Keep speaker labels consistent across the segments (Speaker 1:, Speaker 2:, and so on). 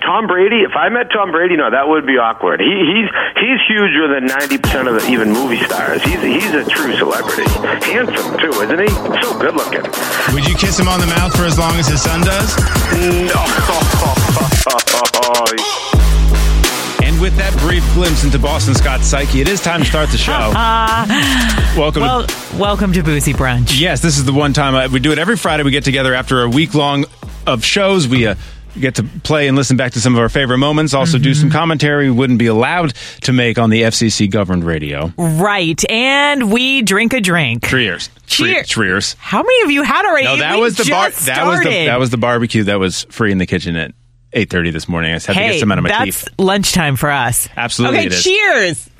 Speaker 1: Tom Brady, if I met Tom Brady, no, that would be awkward. He, he's he's huger than ninety percent of the even movie stars. He's he's a true celebrity, handsome too, isn't he? So good looking.
Speaker 2: Would you kiss him on the mouth for as long as his son does?
Speaker 1: No.
Speaker 2: And with that brief glimpse into Boston Scott's psyche, it is time to start the show. Welcome.
Speaker 3: Well,
Speaker 2: to-
Speaker 3: welcome to Boozy Brunch.
Speaker 2: yes, this is the one time I, we do it every Friday. We get together after a week long of shows. We uh, get to play and listen back to some of our favorite moments. Also, do
Speaker 3: Mm-hmm.
Speaker 2: some commentary we wouldn't be allowed to make on the FCC governed radio.
Speaker 3: Right, and we drink a drink.
Speaker 2: Cheers.
Speaker 3: Cheer-
Speaker 2: Cheers.
Speaker 3: How many of you had already?
Speaker 2: No, that
Speaker 3: We
Speaker 2: was the bar.
Speaker 3: just
Speaker 2: That was the
Speaker 3: started.
Speaker 2: that was the barbecue that was free in the kitchen at eight thirty this morning. I just had to
Speaker 3: Hey,
Speaker 2: get some out of my
Speaker 3: that's
Speaker 2: teeth.
Speaker 3: lunchtime for us.
Speaker 2: Absolutely
Speaker 3: Okay,
Speaker 2: it is.
Speaker 3: cheers.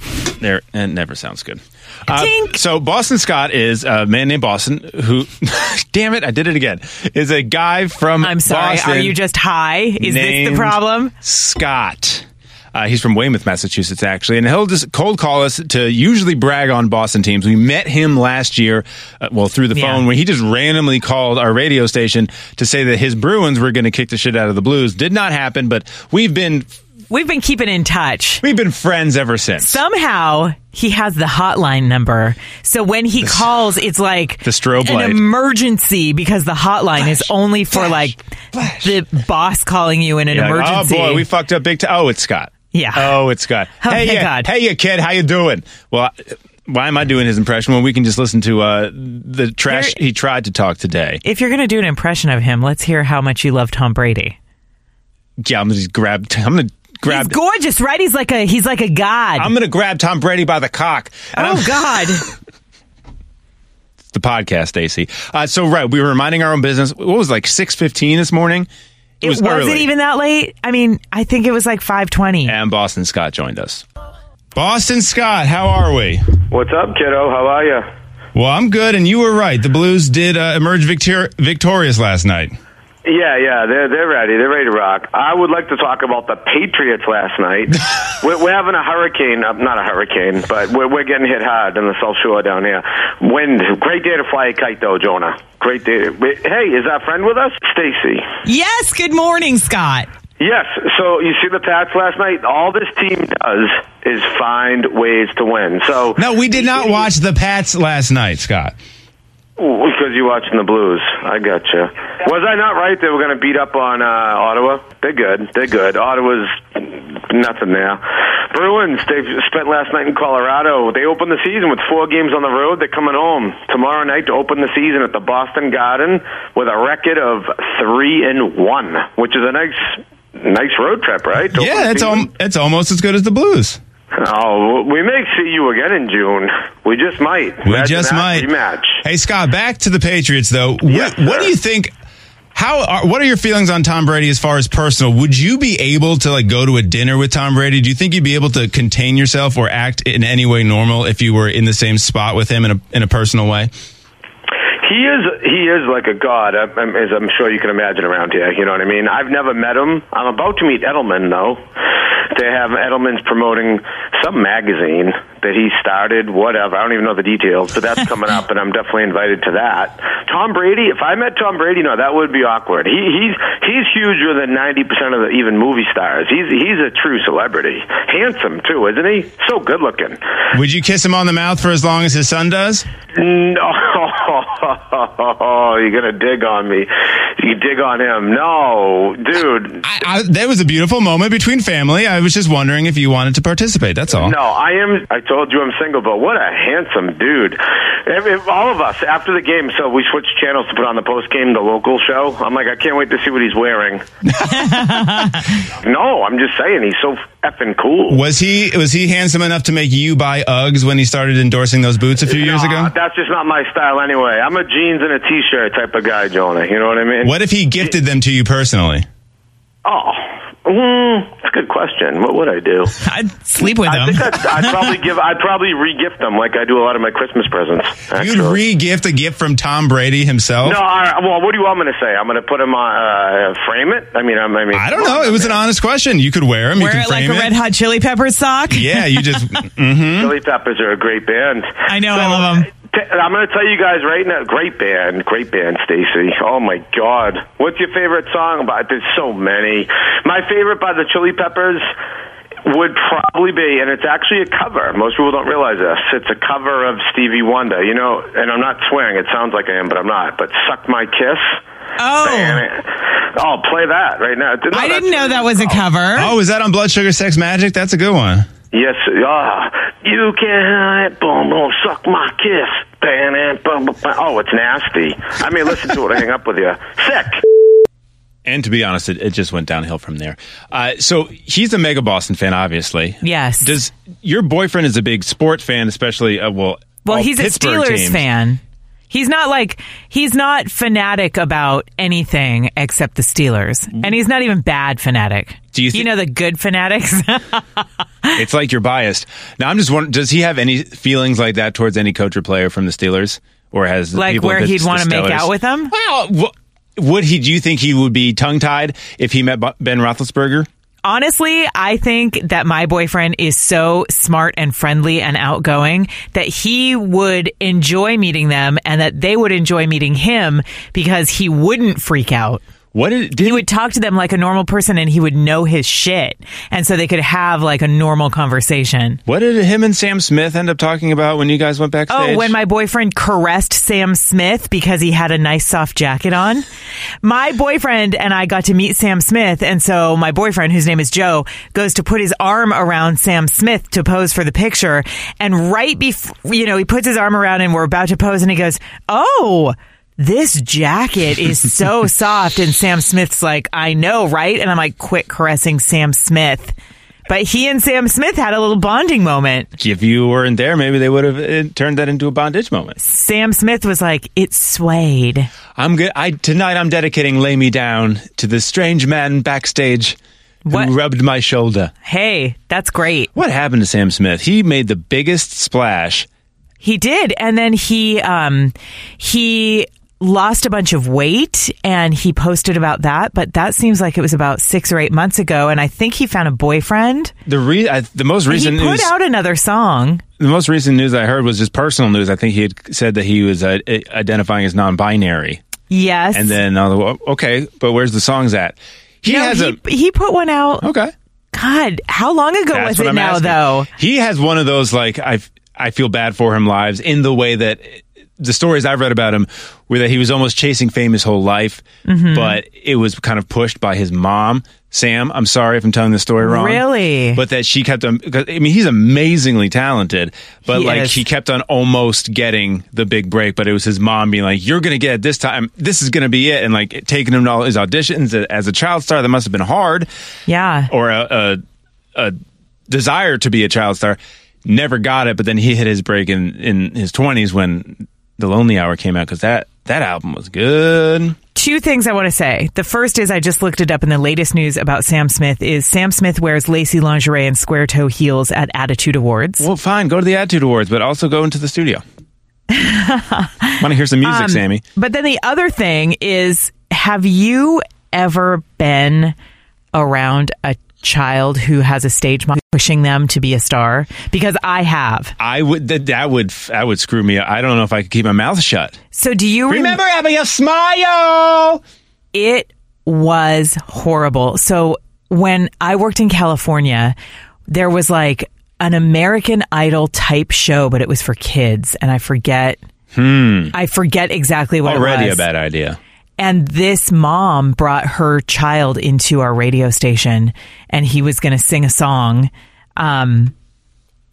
Speaker 2: There, it never sounds good. Uh,
Speaker 3: Tink.
Speaker 2: so Boston Scott is a man named Boston who, damn it, I did it again. Is a guy from.
Speaker 3: I'm sorry.
Speaker 2: Boston
Speaker 3: Are you just high? Is this the
Speaker 2: named
Speaker 3: problem?
Speaker 2: Scott. Uh, he's from Weymouth, Massachusetts, actually, and he'll just cold call us to usually brag on Boston teams. We met him last year, uh, well, through the
Speaker 3: Yeah.
Speaker 2: phone, where he just randomly called our radio station to say that his Bruins were going to kick the shit out of the Blues. Did not happen, but we've been
Speaker 3: We've been keeping in touch.
Speaker 2: we've been friends ever since.
Speaker 3: Somehow he has the hotline number, so when he calls, it's like
Speaker 2: the strobe
Speaker 3: an
Speaker 2: light.
Speaker 3: emergency because the hotline is only for
Speaker 2: flash,
Speaker 3: like
Speaker 2: flash.
Speaker 3: the boss calling you in an
Speaker 2: Yeah, like,
Speaker 3: emergency.
Speaker 2: oh boy, we fucked up big time. Oh, it's Scott.
Speaker 3: Yeah.
Speaker 2: Oh, it's Scott.
Speaker 3: Oh,
Speaker 2: hey,
Speaker 3: thank
Speaker 2: you,
Speaker 3: God.
Speaker 2: hey, you kid, how you doing? Well, I- why am I doing his impression when we can just listen to uh, the trash
Speaker 3: There-
Speaker 2: he tried to talk today?
Speaker 3: if you're going to do an impression of him, let's hear how much you love Tom Brady.
Speaker 2: Yeah, I'm gonna just grab. I'm gonna grab.
Speaker 3: He's gorgeous, right? He's like a he's like a god.
Speaker 2: I'm gonna grab Tom Brady by the cock. And
Speaker 3: oh
Speaker 2: I'm-
Speaker 3: God!
Speaker 2: the podcast, AC. Uh, so right, we were reminding our own business. What was it, like six fifteen this morning? It,
Speaker 3: It
Speaker 2: was
Speaker 3: was not
Speaker 2: early.
Speaker 3: even that late. I mean, I think it was like five twenty.
Speaker 2: And Boston Scott joined us. Boston Scott, how are we?
Speaker 1: What's up, kiddo? How are you?
Speaker 2: Well, I'm good, and you were right. The Blues did uh, emerge victor- victorious last night.
Speaker 1: Yeah, yeah, they're they're ready. They're ready to rock. I would like to talk about the Patriots last night. we're, we're having a hurricane, uh, not a hurricane, but we're we're getting hit hard on the South Shore down here. Wind, great day to fly a kite, though, Jonah. Great day. Wait, Hey, is our friend with us, Stacy?
Speaker 3: Yes. Good morning, Scott.
Speaker 1: Yes. So you see the Pats last night. All this team does is find ways to win. So
Speaker 2: No, we did not watch the Pats last night, Scott.
Speaker 1: Ooh, because you're watching the Blues, I gotcha. Was I not right? They were going to beat up on uh, Ottawa. They're good. They're good. Ottawa's nothing there. Bruins. They spent last night in Colorado. They opened the season with four games on the road. They're coming home tomorrow night to open the season at the Boston Garden with a record of three and one, which is a nice, nice road trip, right? To open the
Speaker 2: Yeah, it's
Speaker 1: season?
Speaker 2: al- it's almost as good as the Blues.
Speaker 1: Oh, we may see you again in June. We just might.
Speaker 2: We
Speaker 1: That's
Speaker 2: just
Speaker 1: an
Speaker 2: might.
Speaker 1: rematch.
Speaker 2: Hey, Scott, back to the Patriots, though. What,
Speaker 1: Yes,
Speaker 2: what do
Speaker 1: sir.
Speaker 2: you think? How are, what are your feelings on Tom Brady as far as personal? Would you be able to like go to a dinner with Tom Brady? Do you think you'd be able to contain yourself or act in any way normal if you were in the same spot with him in a in a personal way?
Speaker 1: He is he is like a god, I'm- I'm- as I'm sure you can imagine around here. You know what I mean? I've never met him. I'm about to meet Edelman though. They have Edelman's promoting some magazine that he started. Whatever, I don't even know the details, but that's coming up, and I'm definitely invited to that. Tom Brady. If I met Tom Brady, no, that would be awkward. He, he's he's huger than 90 percent of the even movie stars. He's he's a true celebrity. Handsome too, isn't he? So good looking.
Speaker 2: Would you kiss him on the mouth for as long as his son does?
Speaker 1: No, you're gonna dig on me. You dig on him. No, dude.
Speaker 2: I, I, that was a beautiful moment between family. I was just wondering if you wanted to participate. That's all.
Speaker 1: No, I am. I told you I'm single, but what a handsome dude! Every, all of us after the game, so we switched channels to put on the post game, the local show. I'm like, I can't wait to see what he's wearing. no, I'm just saying he's so effing cool.
Speaker 2: Was he was he handsome enough to make you buy Uggs when he started endorsing those boots a few years
Speaker 1: Nah,
Speaker 2: ago?
Speaker 1: that's just not my style anyway. I'm a jeans and a t-shirt type of guy, Jonah. You know what I mean?
Speaker 2: What if he gifted them to you personally?
Speaker 1: Oh, mm, that's a good question. What would I do?
Speaker 3: I'd sleep with
Speaker 1: I
Speaker 3: him.
Speaker 1: think I'd, I'd probably give. I'd probably re-gift them like I do a lot of my Christmas presents.
Speaker 2: You'd
Speaker 1: Actually.
Speaker 2: re-gift a gift from Tom Brady himself?
Speaker 1: no, I, well, what do you want me to say? I'm going to put them on, uh, frame it. I mean, I'm, I mean,
Speaker 2: I don't know. It was an honest question. You could wear him. you
Speaker 3: Wear
Speaker 2: could
Speaker 3: it like
Speaker 2: frame
Speaker 3: a Red Hot Chili Pepper sock.
Speaker 2: Yeah, you just
Speaker 1: Chili Peppers are a great band.
Speaker 3: Mm-hmm. I know, I love 'em.
Speaker 1: T- I'm going to tell you guys right now. Great band, great band, Stacy. Oh my God, what's your favorite song? By there's so many. My favorite by the Chili Peppers would probably be, and it's actually a cover. Most people don't realize this. It's a cover of Stevie Wonder. You know, and I'm not swearing. It sounds like I am, but I'm not. But "Suck My Kiss."
Speaker 3: Oh.
Speaker 1: Man, I'll play that right now. No,
Speaker 3: I
Speaker 1: that's-
Speaker 3: didn't know that was a cover.
Speaker 4: Oh, is that on Blood Sugar Sex Magic? That's a good one.
Speaker 1: Yes, ah, you can't hide it, boom, boom, suck my kiss. Bam, bam, bam, bam, bam. Oh, it's nasty. I mean, listen to it. I hang up with you. Sick.
Speaker 2: And to be honest, it, it just went downhill from there. Uh, so he's a mega Boston fan, obviously.
Speaker 3: Yes.
Speaker 2: Does your boyfriend is a big sport fan, especially? Uh, well,
Speaker 3: well,
Speaker 2: all
Speaker 3: he's a
Speaker 2: Pittsburgh
Speaker 3: Steelers
Speaker 2: teams.
Speaker 3: fan. He's not like he's not fanatic about anything except the Steelers, and he's not even bad fanatic.
Speaker 2: Mm. Do you thi-
Speaker 3: you know the good fanatics?
Speaker 2: It's like you're biased. Now I'm just wondering, does he have any feelings like that towards any coach or player from the Steelers, or has
Speaker 3: Like
Speaker 2: people
Speaker 3: where
Speaker 2: that-
Speaker 3: he'd
Speaker 2: the
Speaker 3: wanna make
Speaker 2: Steelers-
Speaker 3: out with them?
Speaker 2: Well, wh- would he? Do you think he would be tongue tied if he met Bu- Ben Roethlisberger?
Speaker 3: Honestly, I think that my boyfriend is so smart and friendly and outgoing that he would enjoy meeting them and that they would enjoy meeting him because he wouldn't freak out.
Speaker 2: What did, did
Speaker 3: He would talk to them like a normal person and he would know his shit. And so they could have like a normal conversation.
Speaker 2: what did him and Sam Smith end up talking about when you guys went backstage?
Speaker 3: Oh, when my boyfriend caressed Sam Smith because he had a nice soft jacket on. My boyfriend and I got to meet Sam Smith, and so my boyfriend, whose name is Joe, goes to put his arm around Sam Smith to pose for the picture. And right before, you know, he puts his arm around and we're about to pose, and he goes, Oh, this jacket is so soft. And Sam Smith's like, I know, right? And I'm like, quit caressing Sam Smith. But he and Sam Smith had a little bonding moment.
Speaker 2: if you weren't there, maybe they would have uh, turned that into a bondage moment.
Speaker 3: Sam Smith was like, it swayed.
Speaker 2: I'm good. I tonight I'm dedicating "Lay Me Down" to the strange man backstage
Speaker 3: What?
Speaker 2: who rubbed my shoulder.
Speaker 3: Hey, that's great.
Speaker 2: What happened to Sam Smith? He made the biggest splash.
Speaker 3: He did. And then he, um, he lost a bunch of weight and he posted about that, but that seems like it was about six or eight months ago. And I think he found a boyfriend.
Speaker 2: The re- I, the most recent
Speaker 3: he put
Speaker 2: news
Speaker 3: out another song.
Speaker 2: the most recent news I heard was just personal news. I think he had said that he was uh, i- identifying as non-binary,
Speaker 3: Yes.
Speaker 2: and then I was like, "Well, okay, but where's the songs at? He
Speaker 3: No,
Speaker 2: has
Speaker 3: he, he put one out.
Speaker 2: a okay.
Speaker 3: God, how long ago
Speaker 2: That's
Speaker 3: was
Speaker 2: what
Speaker 3: it
Speaker 2: I'm
Speaker 3: now,
Speaker 2: asking.
Speaker 3: though?
Speaker 2: He has one of those like I I feel bad for him lives in the way that the stories I've read about him were that he was almost chasing fame his whole life,
Speaker 3: Mm-hmm.
Speaker 2: but it was kind of pushed by his mom. Sam, I'm sorry if I'm telling the story wrong.
Speaker 3: Really?
Speaker 2: But that she kept on, 'cause, I mean, he's amazingly talented, but
Speaker 3: He
Speaker 2: like
Speaker 3: is.
Speaker 2: he kept on almost getting the big break, but it was his mom being like, you're going to get it this time. This is going to be it. And like taking him to all his auditions as a child star, that must have been hard
Speaker 3: Yeah.
Speaker 2: or a, a, a desire to be a child star. Never got it, but then he hit his break in, in his 20s when The Lonely Hour came out because that, that album was good.
Speaker 3: two things I want to say. The first is I just looked it up in the latest news about Sam Smith is Sam Smith wears lacy lingerie and square toe heels at Attitude Awards.
Speaker 2: Well, fine, go to the Attitude Awards, but also go into the studio. Want to hear some
Speaker 3: Um,
Speaker 2: music, Sammy?
Speaker 3: But then the other thing is have you ever been around a child who has a stage mom pushing them to be a star? Because I have.
Speaker 2: I would that, that would f- that would screw me up. I don't know if I could keep my mouth shut.
Speaker 3: So do you rem-
Speaker 2: Remember having a smile.
Speaker 3: it was horrible. So when I worked in California, there was like an American Idol type show, but it was for kids, and I forget. I forget exactly what
Speaker 2: Hmm. Already
Speaker 3: it
Speaker 2: a
Speaker 3: was.
Speaker 2: bad idea.
Speaker 3: And this mom brought her child into our radio station, and he was going to sing a song, um,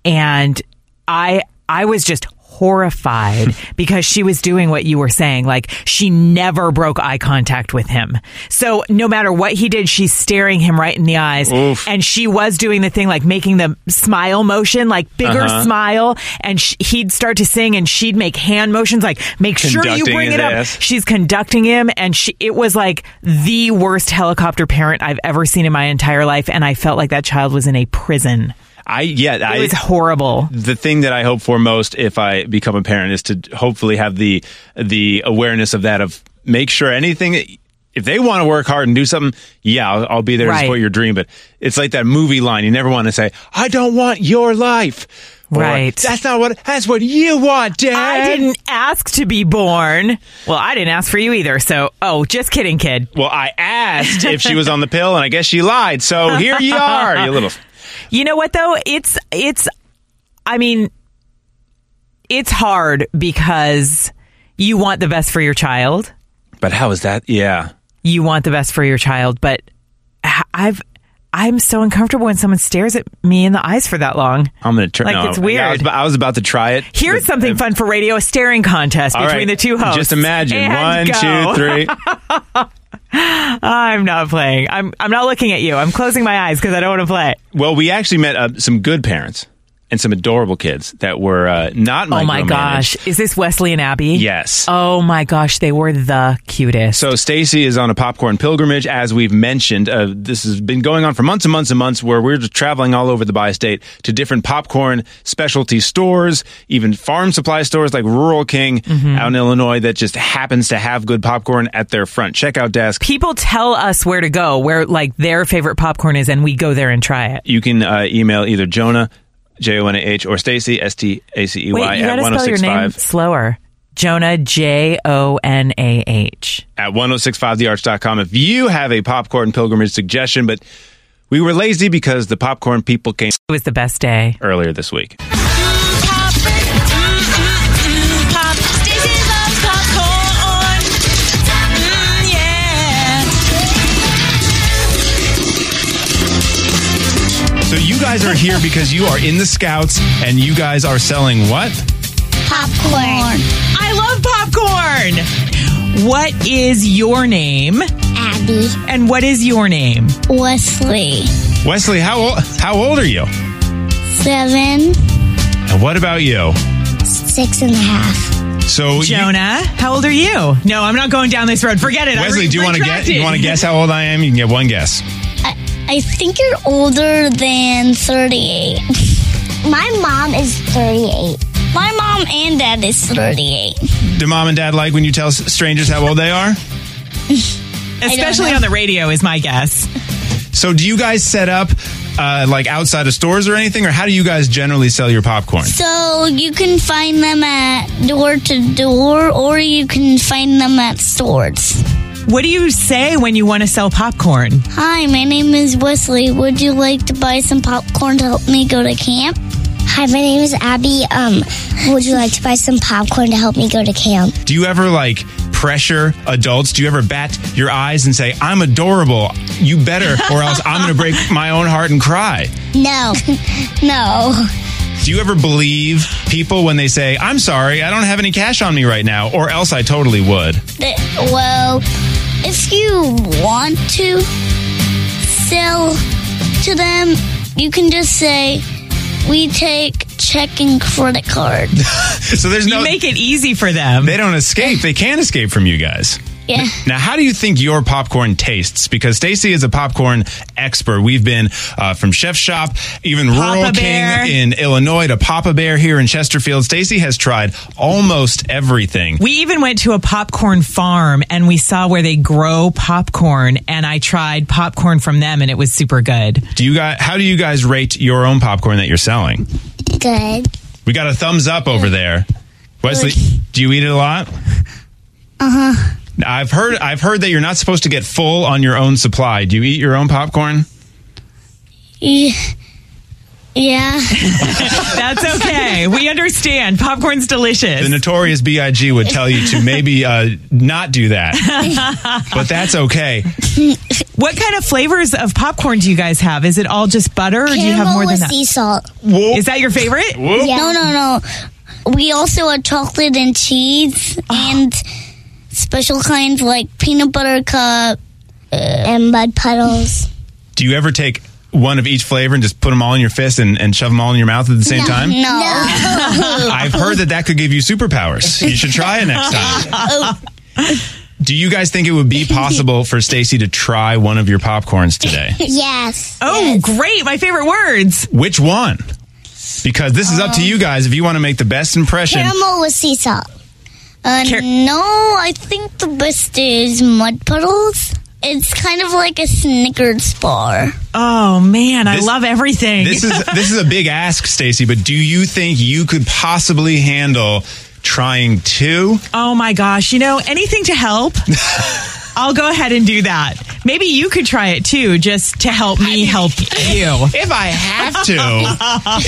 Speaker 3: and I I was just horrified because she was doing what you were saying like she never broke eye contact with him so no matter what he did she's staring him right in the eyes
Speaker 2: Oof.
Speaker 3: and she was doing the thing like making the smile motion like bigger
Speaker 2: Uh-huh.
Speaker 3: smile and sh- he'd start to sing and she'd make hand motions like make sure you
Speaker 2: Conducting
Speaker 3: bring
Speaker 2: his
Speaker 3: it up
Speaker 2: ass.
Speaker 3: she's conducting him and she it was like the worst helicopter parent i've ever seen in my entire life and i felt like that child was in a prison
Speaker 2: I yeah. I,
Speaker 3: it was horrible
Speaker 2: the thing that I hope for most if I become a parent is to hopefully have the the awareness of that of make sure anything if they want to work hard and do something, yeah, I'll, I'll be there
Speaker 3: Right.
Speaker 2: to support your dream. But it's like that movie line you never want to say, "I don't want your life." Or,
Speaker 3: Right.
Speaker 2: That's not what. That's what you want, Dad.
Speaker 3: I didn't ask to be born. Well, I didn't ask for you either. So, oh, just kidding, kid.
Speaker 2: Well, I asked if she was on the pill, and I guess she lied. So here you are, you little.
Speaker 3: You know what though? It's it's I mean it's hard because you want the best for your child.
Speaker 2: But how is that? Yeah.
Speaker 3: You want the best for your child, but h- I've I'm so uncomfortable when someone stares at me in the eyes for that long.
Speaker 2: I'm gonna turn.
Speaker 3: Like,
Speaker 2: no,
Speaker 3: it's
Speaker 2: I- I was,
Speaker 3: weird.
Speaker 2: about- I was about to try it.
Speaker 3: Here's something fun for radio: a staring contest
Speaker 2: All
Speaker 3: between
Speaker 2: right.
Speaker 3: the two hosts.
Speaker 2: Just imagine one,
Speaker 3: And
Speaker 2: two, three.
Speaker 3: go. I'm not playing. I'm I'm not looking at you. I'm closing my eyes because I don't want to play.
Speaker 2: Well, we actually met uh, some good parents and some adorable kids that were uh, not.
Speaker 3: Oh my gosh! Is this Wesley and Abby?
Speaker 2: Yes.
Speaker 3: Oh my gosh, they were the cutest.
Speaker 2: So Stacy is on a popcorn pilgrimage, as we've mentioned. Uh, this has been going on for months and months and months, where we're just traveling all over the bi-state to different popcorn specialty stores, even farm supply stores like Rural King
Speaker 3: Mm-hmm.
Speaker 2: out in Illinois that just happens to have good popcorn at their front checkout desk.
Speaker 3: people tell us where to go, where like their favorite popcorn is, and we go there and try it.
Speaker 2: You can uh, email either Jonah. J O N A H or Stacy S T A C E
Speaker 3: Wait,
Speaker 2: Y
Speaker 3: you
Speaker 2: at
Speaker 3: gotta spell your name
Speaker 2: 1065
Speaker 3: slower. Jonah J O N A H.
Speaker 2: at 1065thearch.com if you have a popcorn pilgrimage suggestion. But we were lazy because the popcorn people came
Speaker 3: It was the best day.
Speaker 2: earlier this week.
Speaker 5: Pop, mm-mm-mm, pop. Stacy loves popcorn. Mm, yeah.
Speaker 4: So you guys are here because you are in the scouts and you guys are selling what?
Speaker 6: Popcorn.
Speaker 3: I love popcorn. What is your name?
Speaker 6: Abby.
Speaker 3: And what is your name?
Speaker 6: Wesley.
Speaker 4: Wesley, how old how old are you?
Speaker 6: Seven,
Speaker 4: And what about you?
Speaker 6: six and a half.
Speaker 4: So
Speaker 3: Jonah, how old are you? No, I'm not going down this road. Forget it.
Speaker 4: You,
Speaker 3: I
Speaker 4: Wesley, do you want to guess?
Speaker 3: retracted.
Speaker 4: You want to guess how old I am? You can get one guess.
Speaker 6: I, I think you're older than 38. My mom is 38. My mom and dad is 38.
Speaker 4: Do mom and dad like when you tell s- strangers how old they are?
Speaker 3: Especially
Speaker 6: know.
Speaker 3: on the radio is my guess.
Speaker 4: So do you guys set up uh, like outside of stores or anything, or how do you guys generally sell your popcorn?
Speaker 6: So you can find them at door to door or you can find them at stores.
Speaker 3: What do you say when you want to sell popcorn?
Speaker 6: Hi, my name is Wesley. Would you like to buy some popcorn to help me go to camp? Hi, my name is Abby. Um, would you like to buy some popcorn to help me go to camp?
Speaker 4: Do you ever like pressure adults? Do you ever bat your eyes and say, "I'm adorable, you better," or else I'm going to break my own heart and cry?
Speaker 6: No. no.
Speaker 4: Do you ever believe people when they say, I'm sorry, I don't have any cash on me right now, or else I totally would?
Speaker 6: Th- Well, if you want to sell to them, you can just say, we take check and credit card.
Speaker 4: So there's no.
Speaker 3: You make it easy for them.
Speaker 4: they don't escape. They can't escape from you guys.
Speaker 6: Yeah.
Speaker 4: Now, how do you think your popcorn tastes? Because Stacy is a popcorn expert. We've been uh, from Chef Shop, even
Speaker 3: Papa
Speaker 4: Rural
Speaker 3: Bear.
Speaker 4: King in Illinois to Papa Bear here in Chesterfield. Stacy has tried almost everything.
Speaker 3: We even went to a popcorn farm and we saw where they grow popcorn and I tried popcorn from them and it was super good.
Speaker 4: Do you guys? How do you guys rate your own popcorn that you're selling?
Speaker 6: Good.
Speaker 4: We got a thumbs up over there. Wesley, do you eat it a lot? Uh huh. I've heard I've heard that you're not supposed to get full on your own supply. Do you eat your own popcorn?
Speaker 6: Ye- Yeah.
Speaker 3: That's okay. we understand. Popcorn's delicious.
Speaker 4: The notorious B.I.G. would tell you to maybe uh, not do that, but that's okay.
Speaker 3: what kind of flavors of popcorn do you guys have? Is it all just butter or do you have
Speaker 6: Caramel
Speaker 3: more
Speaker 6: with
Speaker 3: than that?
Speaker 6: sea salt.
Speaker 4: Whoa.
Speaker 3: Is that your favorite?
Speaker 4: Whoa.
Speaker 6: No, no, no. We also had chocolate and cheese and special kinds like peanut butter cup uh, and mud puddles.
Speaker 4: Do you ever take one of each flavor and just put them all in your fist and, and shove them all in your mouth at the same time?
Speaker 6: No.
Speaker 4: I've heard that that could give you superpowers. You should try it next time. Do you guys think it would be possible for Stacy to try one of your popcorns today?
Speaker 6: yes.
Speaker 3: Oh, great. My favorite words.
Speaker 4: Which one? Because this is up to you
Speaker 3: Um,
Speaker 4: guys if you want to make the best impression.
Speaker 6: Caramel with sea salt. Uh,
Speaker 3: Car-
Speaker 6: no, I think the best is mud puddles. It's kind of like a Snickers bar.
Speaker 3: Oh man, I
Speaker 4: This-
Speaker 3: love everything.
Speaker 4: This is this is a big ask, Stacy. But do you think you could possibly handle trying two?
Speaker 3: oh my gosh, you know, anything to help? I'll go ahead and do that. Maybe you could try it too, just to help me help you.
Speaker 4: If I have to,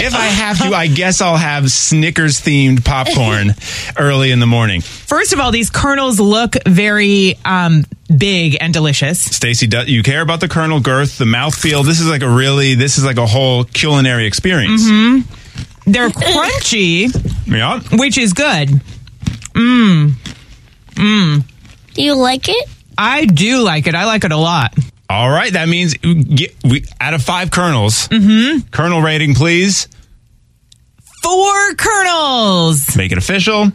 Speaker 4: if I have to, I guess I'll have Snickers themed popcorn early in the morning.
Speaker 3: First of all, these kernels look very um, big and delicious.
Speaker 4: Stacy, do- you care about the kernel girth, the mouthfeel. This is like a really, this is like a whole culinary experience.
Speaker 3: They're crunchy,
Speaker 4: Yeah.
Speaker 3: which is good.
Speaker 6: Do you like it?
Speaker 3: I do like it. I like it a lot.
Speaker 4: All right. That means we get, we out of five kernels. Mm-hmm. Kernel rating, please.
Speaker 3: Four kernels.
Speaker 4: Make it official.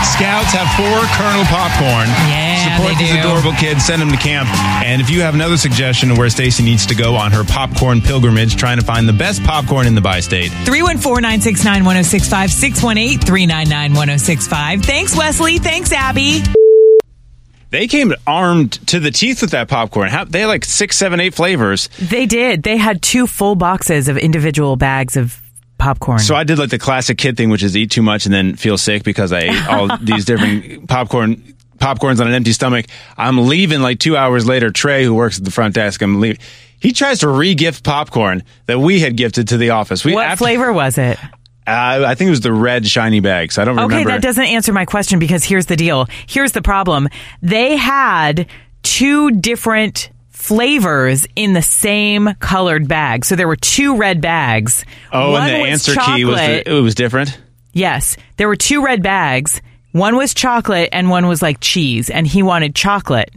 Speaker 4: Scouts have four kernel popcorn.
Speaker 3: Yeah,
Speaker 4: Support
Speaker 3: they
Speaker 4: these
Speaker 3: do.
Speaker 4: adorable kids. Send them to camp. And if you have another suggestion of where Stacy needs to go on her popcorn pilgrimage, trying to find the best popcorn in the bi-state,
Speaker 3: 314 969 1065 618 399 1065. Thanks, Wesley. Thanks, Abby.
Speaker 2: They came armed to the teeth with that popcorn. How, they had like six, seven, eight flavors.
Speaker 3: They did. They had two full boxes of individual bags of popcorn.
Speaker 2: So I did like the classic kid thing, which is eat too much and then feel sick because I ate all these different popcorn popcorns on an empty stomach. I'm leaving like two hours later. Trey, who works at the front desk, I'm leaving. He tries to re-gift popcorn that we had gifted to the office. We
Speaker 3: what
Speaker 2: after-
Speaker 3: flavor was it?
Speaker 2: Uh, I think it was the red shiny bag. So I don't
Speaker 3: Okay,
Speaker 2: remember.
Speaker 3: that doesn't answer my question because here's the deal. Here's the problem. They had two different flavors in the same colored bag. So there were two red bags.
Speaker 2: Oh,
Speaker 3: One
Speaker 2: and the
Speaker 3: was
Speaker 2: answer
Speaker 3: chocolate.
Speaker 2: key was the, it was different.
Speaker 3: Yes, there were two red bags. One was chocolate and one was like cheese, and he wanted chocolate.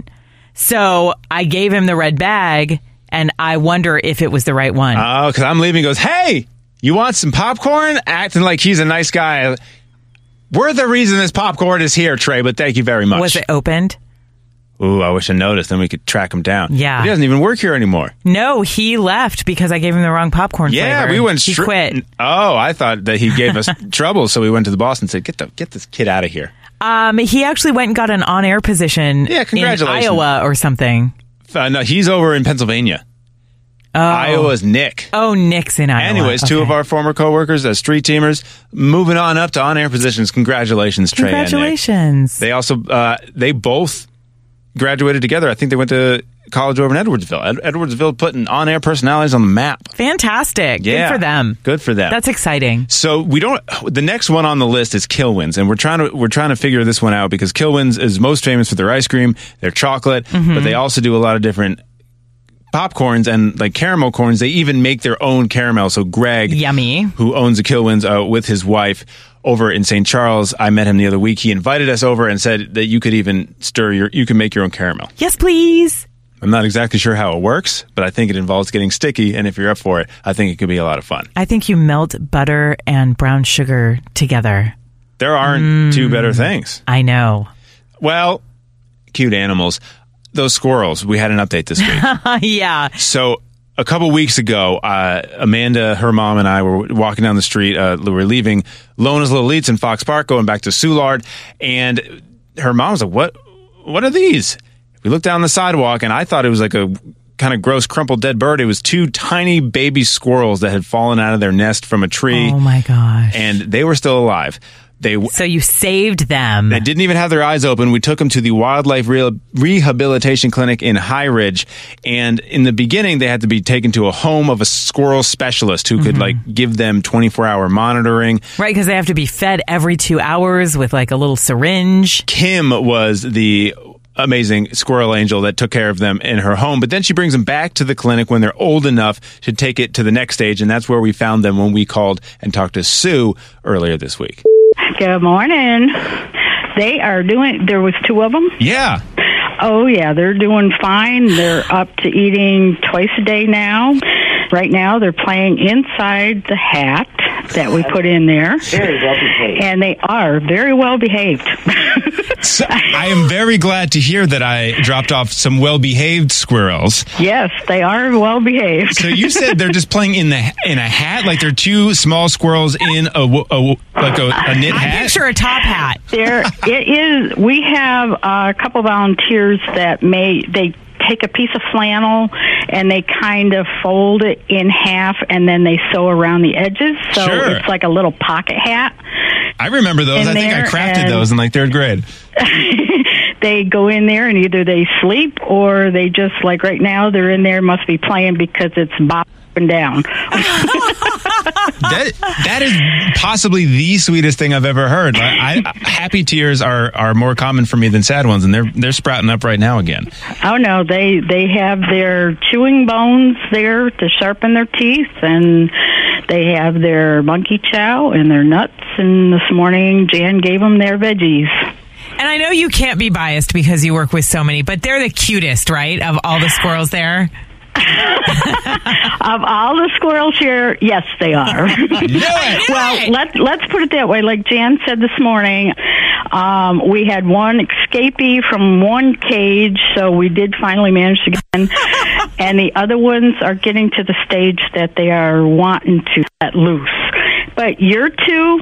Speaker 3: So I gave him the red bag, and I wonder if it was the right one.
Speaker 2: Oh, because I'm leaving. he Goes, hey, you want some popcorn? Acting like he's a nice guy. We're the reason this popcorn is here, Trey. But thank you very much.
Speaker 3: was it opened?
Speaker 2: Ooh, I wish I noticed. Then we could track him down.
Speaker 3: Yeah.
Speaker 2: But he doesn't even work here anymore.
Speaker 3: No, he left because I gave him the wrong popcorn
Speaker 2: Yeah,
Speaker 3: flavor.
Speaker 2: we went.
Speaker 3: He
Speaker 2: stri-
Speaker 3: quit.
Speaker 2: Oh, I thought that he gave us trouble, so we went to the boss and said, "Get the get this kid out of here."
Speaker 3: Um, he actually went and got an on-air position.
Speaker 2: Yeah, congratulations.
Speaker 3: in Iowa or something.
Speaker 2: Uh, no, he's over in Pennsylvania.
Speaker 3: Oh,
Speaker 2: Iowa's Nick.
Speaker 3: Oh, Nick's in Iowa.
Speaker 2: Anyways, two of
Speaker 3: Okay.
Speaker 2: our former coworkers as street teamers, moving on up to on-air positions. Congratulations, Trey and Nick.
Speaker 3: congratulations.
Speaker 2: They also uh, they both graduated together. I think they went to college over in Edwardsville. Ed- Edwardsville putting on-air personalities on the map.
Speaker 3: Fantastic.
Speaker 2: Yeah,
Speaker 3: Good for them.
Speaker 2: Good for them.
Speaker 3: That's exciting.
Speaker 2: So we don't. The next one on the list is Kilwins, and we're trying to we're trying to figure this one out because Kilwins is most famous for their ice cream, their chocolate, but they also do a lot of different popcorns and like caramel corns. They even make their own caramel. So Greg,
Speaker 3: Yummy.
Speaker 2: who owns the Kilwins uh, with his wife over in St. Charles, I met him the other week. He invited us over and said that you could even stir your you can make your own caramel.
Speaker 3: Yes, please.
Speaker 2: I'm not exactly sure how it works, but I think it involves getting sticky, and if you're up for it, I think it could be a lot of fun.
Speaker 3: I think you melt butter and brown sugar together.
Speaker 2: There aren't two better things.
Speaker 3: I know.
Speaker 2: Well, cute animals. Those squirrels. We had an update this week.
Speaker 3: yeah.
Speaker 2: so a couple weeks ago, uh, Amanda, her mom, and I were walking down the street. Uh, we were leaving Lona's Little Eats in Fox Park, going back to Soulard, and her mom was like, "What? What are these?" We looked down the sidewalk, and I thought it was like a kind of gross, crumpled dead bird. It was two tiny baby squirrels that had fallen out of their nest from a tree,
Speaker 3: Oh my gosh.
Speaker 2: and they were still alive. They
Speaker 3: so you saved them.
Speaker 2: they didn't even have their eyes open. We took them to the wildlife Re- rehabilitation clinic in High Ridge, and in the beginning, they had to be taken to a home of a squirrel specialist who
Speaker 4: Mm-hmm.
Speaker 2: could like give them twenty four hour monitoring.
Speaker 3: Right, because they have to be fed every two hours with like a little syringe.
Speaker 2: Kim was the amazing squirrel angel that took care of them in her home but then she brings them back to the clinic when they're old enough to take it to the next stage and that's where we found them when we called and talked to sue earlier this week
Speaker 7: Good morning. They are doing. There was two of them.
Speaker 2: yeah
Speaker 7: Oh yeah, they're doing fine. They're up to eating twice a day now. Right now, they're playing inside the hat that we put in there,
Speaker 8: Very well behaved.
Speaker 7: and they are very well behaved.
Speaker 4: So, I am very glad to hear that I dropped off some well-behaved squirrels.
Speaker 7: yes, they are well behaved.
Speaker 4: So you said they're just playing in the in a hat, like they're two small squirrels in a, wo- a wo- like a, a knit
Speaker 3: I
Speaker 4: hat.
Speaker 3: picture a top hat.
Speaker 7: there it is we have uh, a couple volunteers that may they take a piece of flannel and they kind of fold it in half and then they sew around the edges so
Speaker 4: Sure.
Speaker 7: it's like a little pocket hat
Speaker 4: I remember those.
Speaker 7: in
Speaker 4: I think I
Speaker 7: there
Speaker 4: crafted
Speaker 7: and-
Speaker 4: those in like third grade.
Speaker 7: they go in there and either they sleep or they just like right now they're in there must be playing because it's bopping down
Speaker 4: That that is possibly the sweetest thing I've ever heard. I, I, happy tears are are more common for me than sad ones, and they're they're sprouting up right now again.
Speaker 7: oh no they they have their chewing bones there to sharpen their teeth and they have their monkey chow and their nuts and this morning jan gave them their veggies
Speaker 3: And I know you can't be biased because you work with so many, but they're the cutest, right? Of all the squirrels there.
Speaker 7: of all the squirrels here yes they are
Speaker 4: Knew it!
Speaker 7: well let, let's put it that way like jan said this morning um, we had one escapee from one cage so we did finally manage to get in and the other ones are getting to the stage that they are wanting to let loose but your two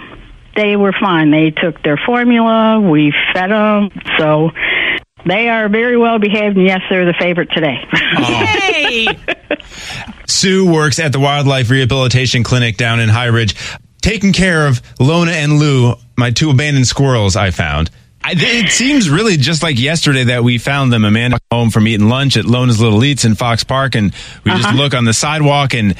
Speaker 7: they were fine they took their formula we fed them so they are very well behaved and yes they're the favorite today
Speaker 3: Hey!
Speaker 4: Sue works at the Wildlife Rehabilitation Clinic down in High Ridge, taking care of Lona and Lou, my two abandoned squirrels I found. I, it seems really just like yesterday that we found them. Amanda came home from eating lunch at Lona's Little Eats in Fox Park, and we just look on the sidewalk, and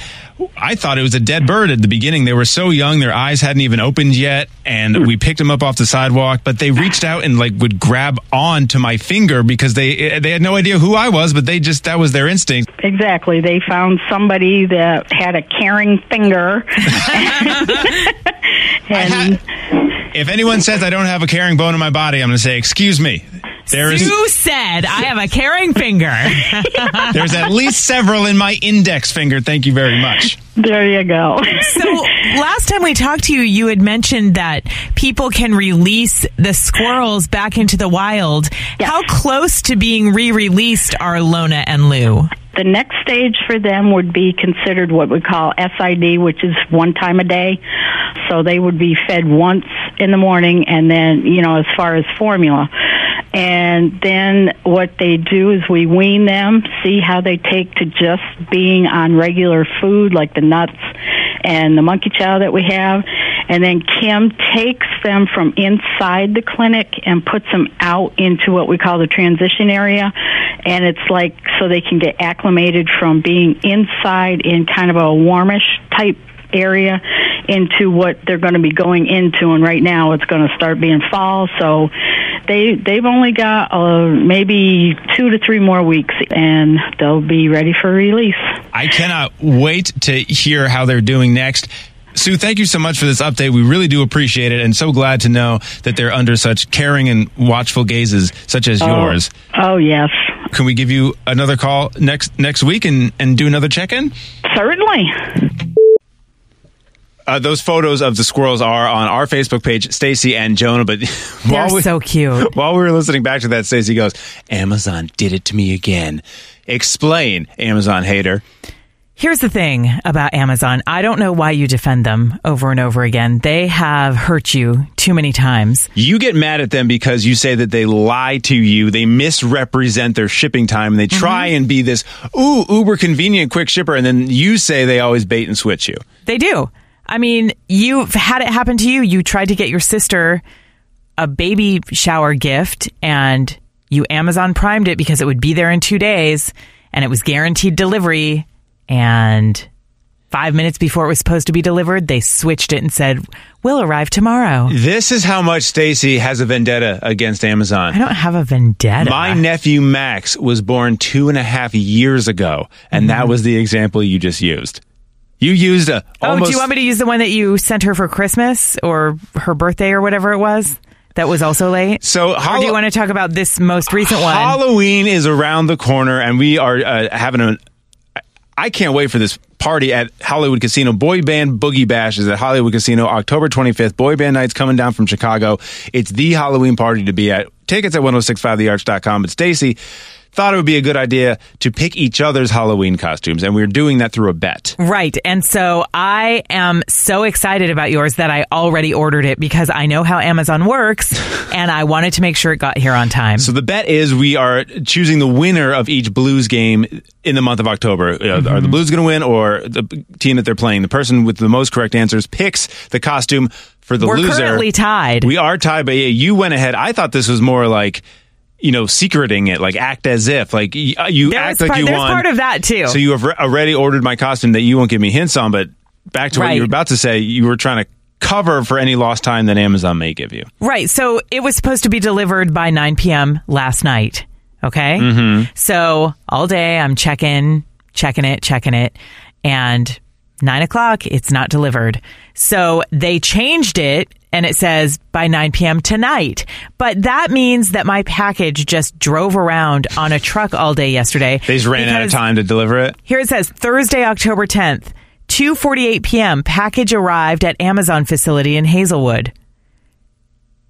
Speaker 4: I thought it was a dead bird at the beginning. They were so young, their eyes hadn't even opened yet, and we picked them up off the sidewalk. But they reached out and like would grab on to my finger because they they had no idea who I was, but they just that was their instinct.
Speaker 7: Exactly. They found somebody that had a caring finger. and
Speaker 4: If anyone says I don't have a caring bone in my body, I'm going to say, "Excuse me." There is
Speaker 3: Sue said, I have a caring finger.
Speaker 4: there's at least several in my index finger. Thank you very much.
Speaker 7: there you go.
Speaker 3: So last time we talked to you, you had mentioned that people can release the squirrels back into the wild. How close to being re released are Lona and Lou?
Speaker 7: the next stage for them would be considered what we call SID, which is one time a day. So they would be fed once in the morning and then, you know, as far as formula. And then what they do is we wean them, see how they take to just being on regular food like the nuts and the monkey chow that we have. And then Kim takes them from inside the clinic and puts them out into what we call the transition area. And it's like so they can get acclimated from being inside in kind of a warmish type area into what they're going to be going into and right now it's going to start being fall so they they've only got uh, maybe 2 to 3 more weeks and they'll be ready for release
Speaker 4: I cannot wait to hear how they're doing next. Sue, thank you so much for this update. We really do appreciate it and so glad to know that they're under such caring and watchful gazes such as yours.
Speaker 7: oh yes
Speaker 4: Can we give you another call next next week and and do another check-in?
Speaker 7: certainly
Speaker 2: Uh, those photos of the squirrels are on our Facebook page, Stacy and Jonah. But
Speaker 3: They're
Speaker 2: while we,
Speaker 3: so cute.
Speaker 2: while we were listening back to that, Stacy goes, "Amazon did it to me again." Explain, Amazon hater.
Speaker 3: Here's the thing about Amazon. I don't know why you defend them over and over again. They have hurt you too many times.
Speaker 2: You get mad at them because you say that they lie to you, they misrepresent their shipping time, and
Speaker 3: Mm-hmm.
Speaker 2: they try and be this ooh uber convenient quick shipper, and then you say they always bait and switch you.
Speaker 3: They do. I mean, you've had it happen to you. You tried to get your sister a baby shower gift and you Amazon primed it because it would be there in two days and it was guaranteed delivery. And five minutes before it was supposed to be delivered, they switched it and said, We'll arrive tomorrow.
Speaker 2: This is how much Stacy has a vendetta against Amazon.
Speaker 3: I don't have a vendetta.
Speaker 2: My nephew Max was born two and a half years ago, and that was the example you just used. You used a
Speaker 3: Mm-hmm. Oh,
Speaker 2: almost.
Speaker 3: do you want me to use the one that you sent her for Christmas or her birthday or whatever it was that was also late?
Speaker 2: so
Speaker 3: or do
Speaker 2: Hall-
Speaker 3: you want to talk about this most recent one?
Speaker 2: Halloween is around the corner, and we are uh, having a. I can't wait for this party at Hollywood Casino. Boy Band Boogie Bash is at Hollywood Casino October 25th. Boy Band Night's coming down from Chicago. It's the Halloween party to be at. Tickets at 1065thearch.com. But Stacy thought it would be a good idea to pick each other's Halloween costumes, and we're doing that through a bet.
Speaker 3: Right. And so I am so excited about yours that I already ordered it because I know how Amazon works and I wanted to make sure it got here on time.
Speaker 2: So the bet is we are choosing the winner of each Blues game in the month of October. Uh, Are the Blues going to win or the b- team that they're playing? The person with the most correct answers picks the costume for the
Speaker 3: We're
Speaker 2: loser.
Speaker 3: currently tied.
Speaker 2: We are tied, but yeah, you went ahead. I thought this was more like, you know, secreting it, like act as if, like y- uh, you
Speaker 3: There
Speaker 2: act
Speaker 3: was
Speaker 2: like
Speaker 3: part-
Speaker 2: you
Speaker 3: there's
Speaker 2: won.
Speaker 3: part of that, too.
Speaker 2: So you have re- already ordered my costume that you won't give me hints on, but back to what
Speaker 3: Right.
Speaker 2: you were about to say, you were trying to cover for any lost time that Amazon may give you.
Speaker 3: Right. So it was supposed to be delivered by 9 p.m. last night. Okay. Mm-hmm. So all day I'm checking, checking it, checking it. And nine o'clock, it's not delivered. So they changed it and it says by 9 p.m. tonight. But that means that my package just drove around on a truck all day yesterday.
Speaker 2: They just ran out of
Speaker 3: because-
Speaker 2: time to deliver it.
Speaker 3: here it says Thursday, October 10th, 2:48 p.m. Package arrived at Amazon facility in Hazelwood.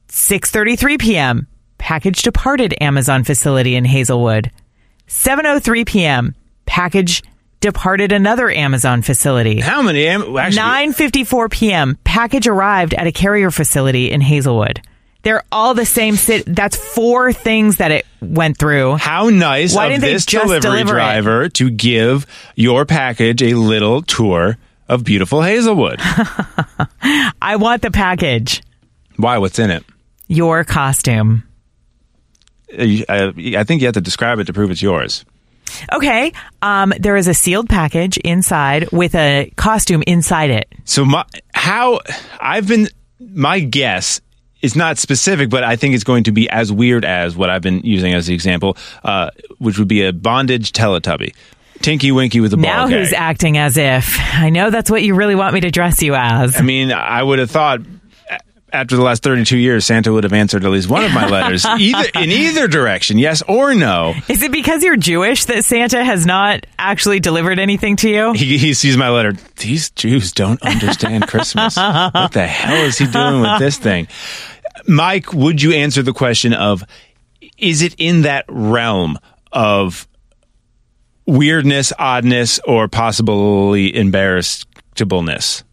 Speaker 3: 6:33 p.m. Package departed Amazon facility in Hazelwood. 7:03 p.m. Package departed another Amazon facility.
Speaker 2: How many? Am- actually,
Speaker 3: 9:54 p.m. Package arrived at a carrier facility in Hazelwood. They're all the same city. That's four things that it went through.
Speaker 2: How nice
Speaker 3: Why
Speaker 2: of
Speaker 3: didn't they
Speaker 2: this
Speaker 3: just
Speaker 2: delivery
Speaker 3: deliver it?
Speaker 2: driver to give your package a little tour of beautiful Hazelwood.
Speaker 3: I want the package.
Speaker 2: Why? What's in it?
Speaker 3: Your costume.
Speaker 2: Uh, you- uh, I think you have to describe it to prove it's yours.
Speaker 3: Okay. Um, there is a sealed package inside with a costume inside it.
Speaker 2: So my how I've been my guess is not specific, but I think it's going to be as weird as what I've been using as the example, uh, which would be a bondage Teletubby, Tinky Winky with a ball
Speaker 3: now
Speaker 2: gag.
Speaker 3: who's acting as if? I know that's what you really want me to dress you as.
Speaker 2: I mean, I would have thought a- after the last 32 years, Santa would have answered at least one of my letters, either in either direction, yes or no.
Speaker 3: Is it because you're Jewish that Santa has not actually delivered anything to you?
Speaker 2: He, he sees my letter. These Jews don't understand Christmas. What the hell is he doing with this thing? Mike, would you answer the question of is it in that realm of weirdness, oddness, or possibly embarrassableness?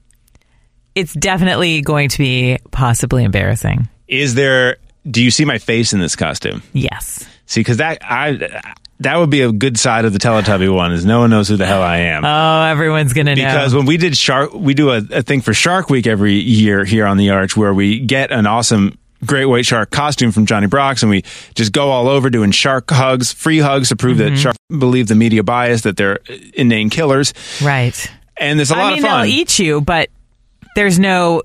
Speaker 3: It's definitely going to be possibly embarrassing.
Speaker 2: Is there, do you see my face in this costume?
Speaker 3: Yes.
Speaker 2: See, because that I that would be a good side of the Teletubby one is no one knows who the hell I am.
Speaker 3: Oh, everyone's going to know.
Speaker 2: because when we did Shark, we do a, a thing for Shark Week every year here on the Arch where we get an awesome great white shark costume from Johnny Brock's and we just go all over doing shark hugs, free hugs to prove
Speaker 3: Mm-hmm.
Speaker 2: that shark believe the media bias that they're inane killers.
Speaker 3: right.
Speaker 2: And there's a lot
Speaker 3: I mean,
Speaker 2: of fun.
Speaker 3: they'll eat you, but there's no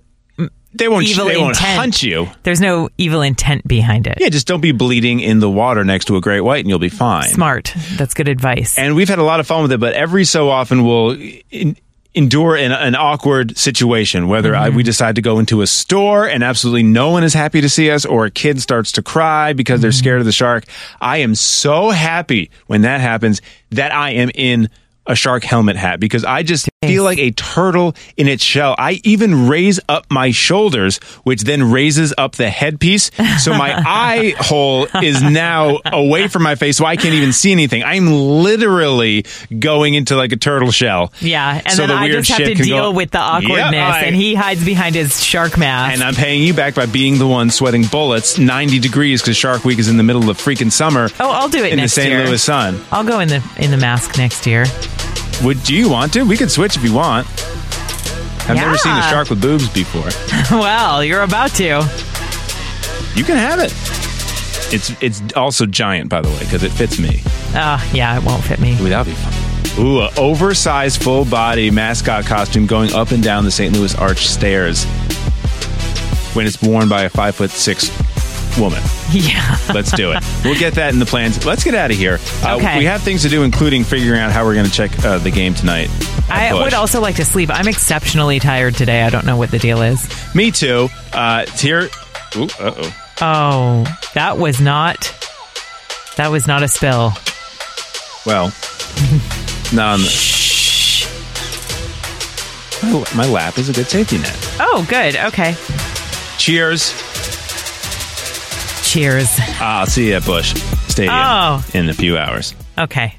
Speaker 2: they won't
Speaker 3: evil
Speaker 2: they won't
Speaker 3: intent.
Speaker 2: hunt you.
Speaker 3: There's no evil intent behind it.
Speaker 2: Yeah, just don't be bleeding in the water next to a great white and you'll be fine.
Speaker 3: Smart. That's good advice.
Speaker 2: and we've had a lot of fun with it. But every so often, we'll in, endure an, an awkward situation, whether I, we decide to go into a store and absolutely no one is happy to see us, or a kid starts to cry because they're scared of the shark. I am so happy when that happens that I am in a shark helmet hat because I just feel like a turtle in its shell. I even raise up my shoulders, which then raises up the headpiece. So my eye hole is now away from my face, so I can't even see anything. I'm literally going into like a turtle shell.
Speaker 3: Yeah, and
Speaker 2: So
Speaker 3: then
Speaker 2: the
Speaker 3: I
Speaker 2: weird
Speaker 3: just have
Speaker 2: shit
Speaker 3: to
Speaker 2: can go-
Speaker 3: deal with the awkwardness,
Speaker 2: Yep, I-
Speaker 3: and he hides behind his shark mask.
Speaker 2: And I'm paying you back by being the one sweating bullets 90 degrees because Shark Week is in the middle of freaking summer
Speaker 3: oh, I'll do it
Speaker 2: in the
Speaker 3: next
Speaker 2: St.
Speaker 3: year.
Speaker 2: Louis sun.
Speaker 3: I'll go in the in the mask next year.
Speaker 2: Would do you want to? We could switch if you want. I've never seen a
Speaker 3: Yeah.
Speaker 2: shark with boobs before.
Speaker 3: well, you're about to.
Speaker 2: You can have it. It's it's also giant, by the way, because it fits me.
Speaker 3: Oh, yeah, it won't fit me.
Speaker 2: Ooh, that'd be fun. Ooh, an oversized full body mascot costume going up and down the St. Louis Arch stairs when it's worn by a five foot six woman.
Speaker 3: Yeah,
Speaker 2: Let's do it. we'll get that in the plans. Let's get out of here. Uh,
Speaker 3: Okay.
Speaker 2: We have things to do, including figuring out how we're going to check uh, the game tonight. at
Speaker 3: I
Speaker 2: Busch.
Speaker 3: would also like to sleep. I'm exceptionally tired today. I don't know what the deal is.
Speaker 2: Me too. Uh, it's here. Ooh, uh oh.
Speaker 3: Oh, that was not. That was not a spill.
Speaker 2: Well, no. I'm- My, Oh, my lap is a good safety net.
Speaker 3: Oh, good. Okay.
Speaker 2: Cheers.
Speaker 3: Cheers.
Speaker 2: I'll see you at Bush Stadium
Speaker 3: Oh.
Speaker 2: in a few hours.
Speaker 3: Okay.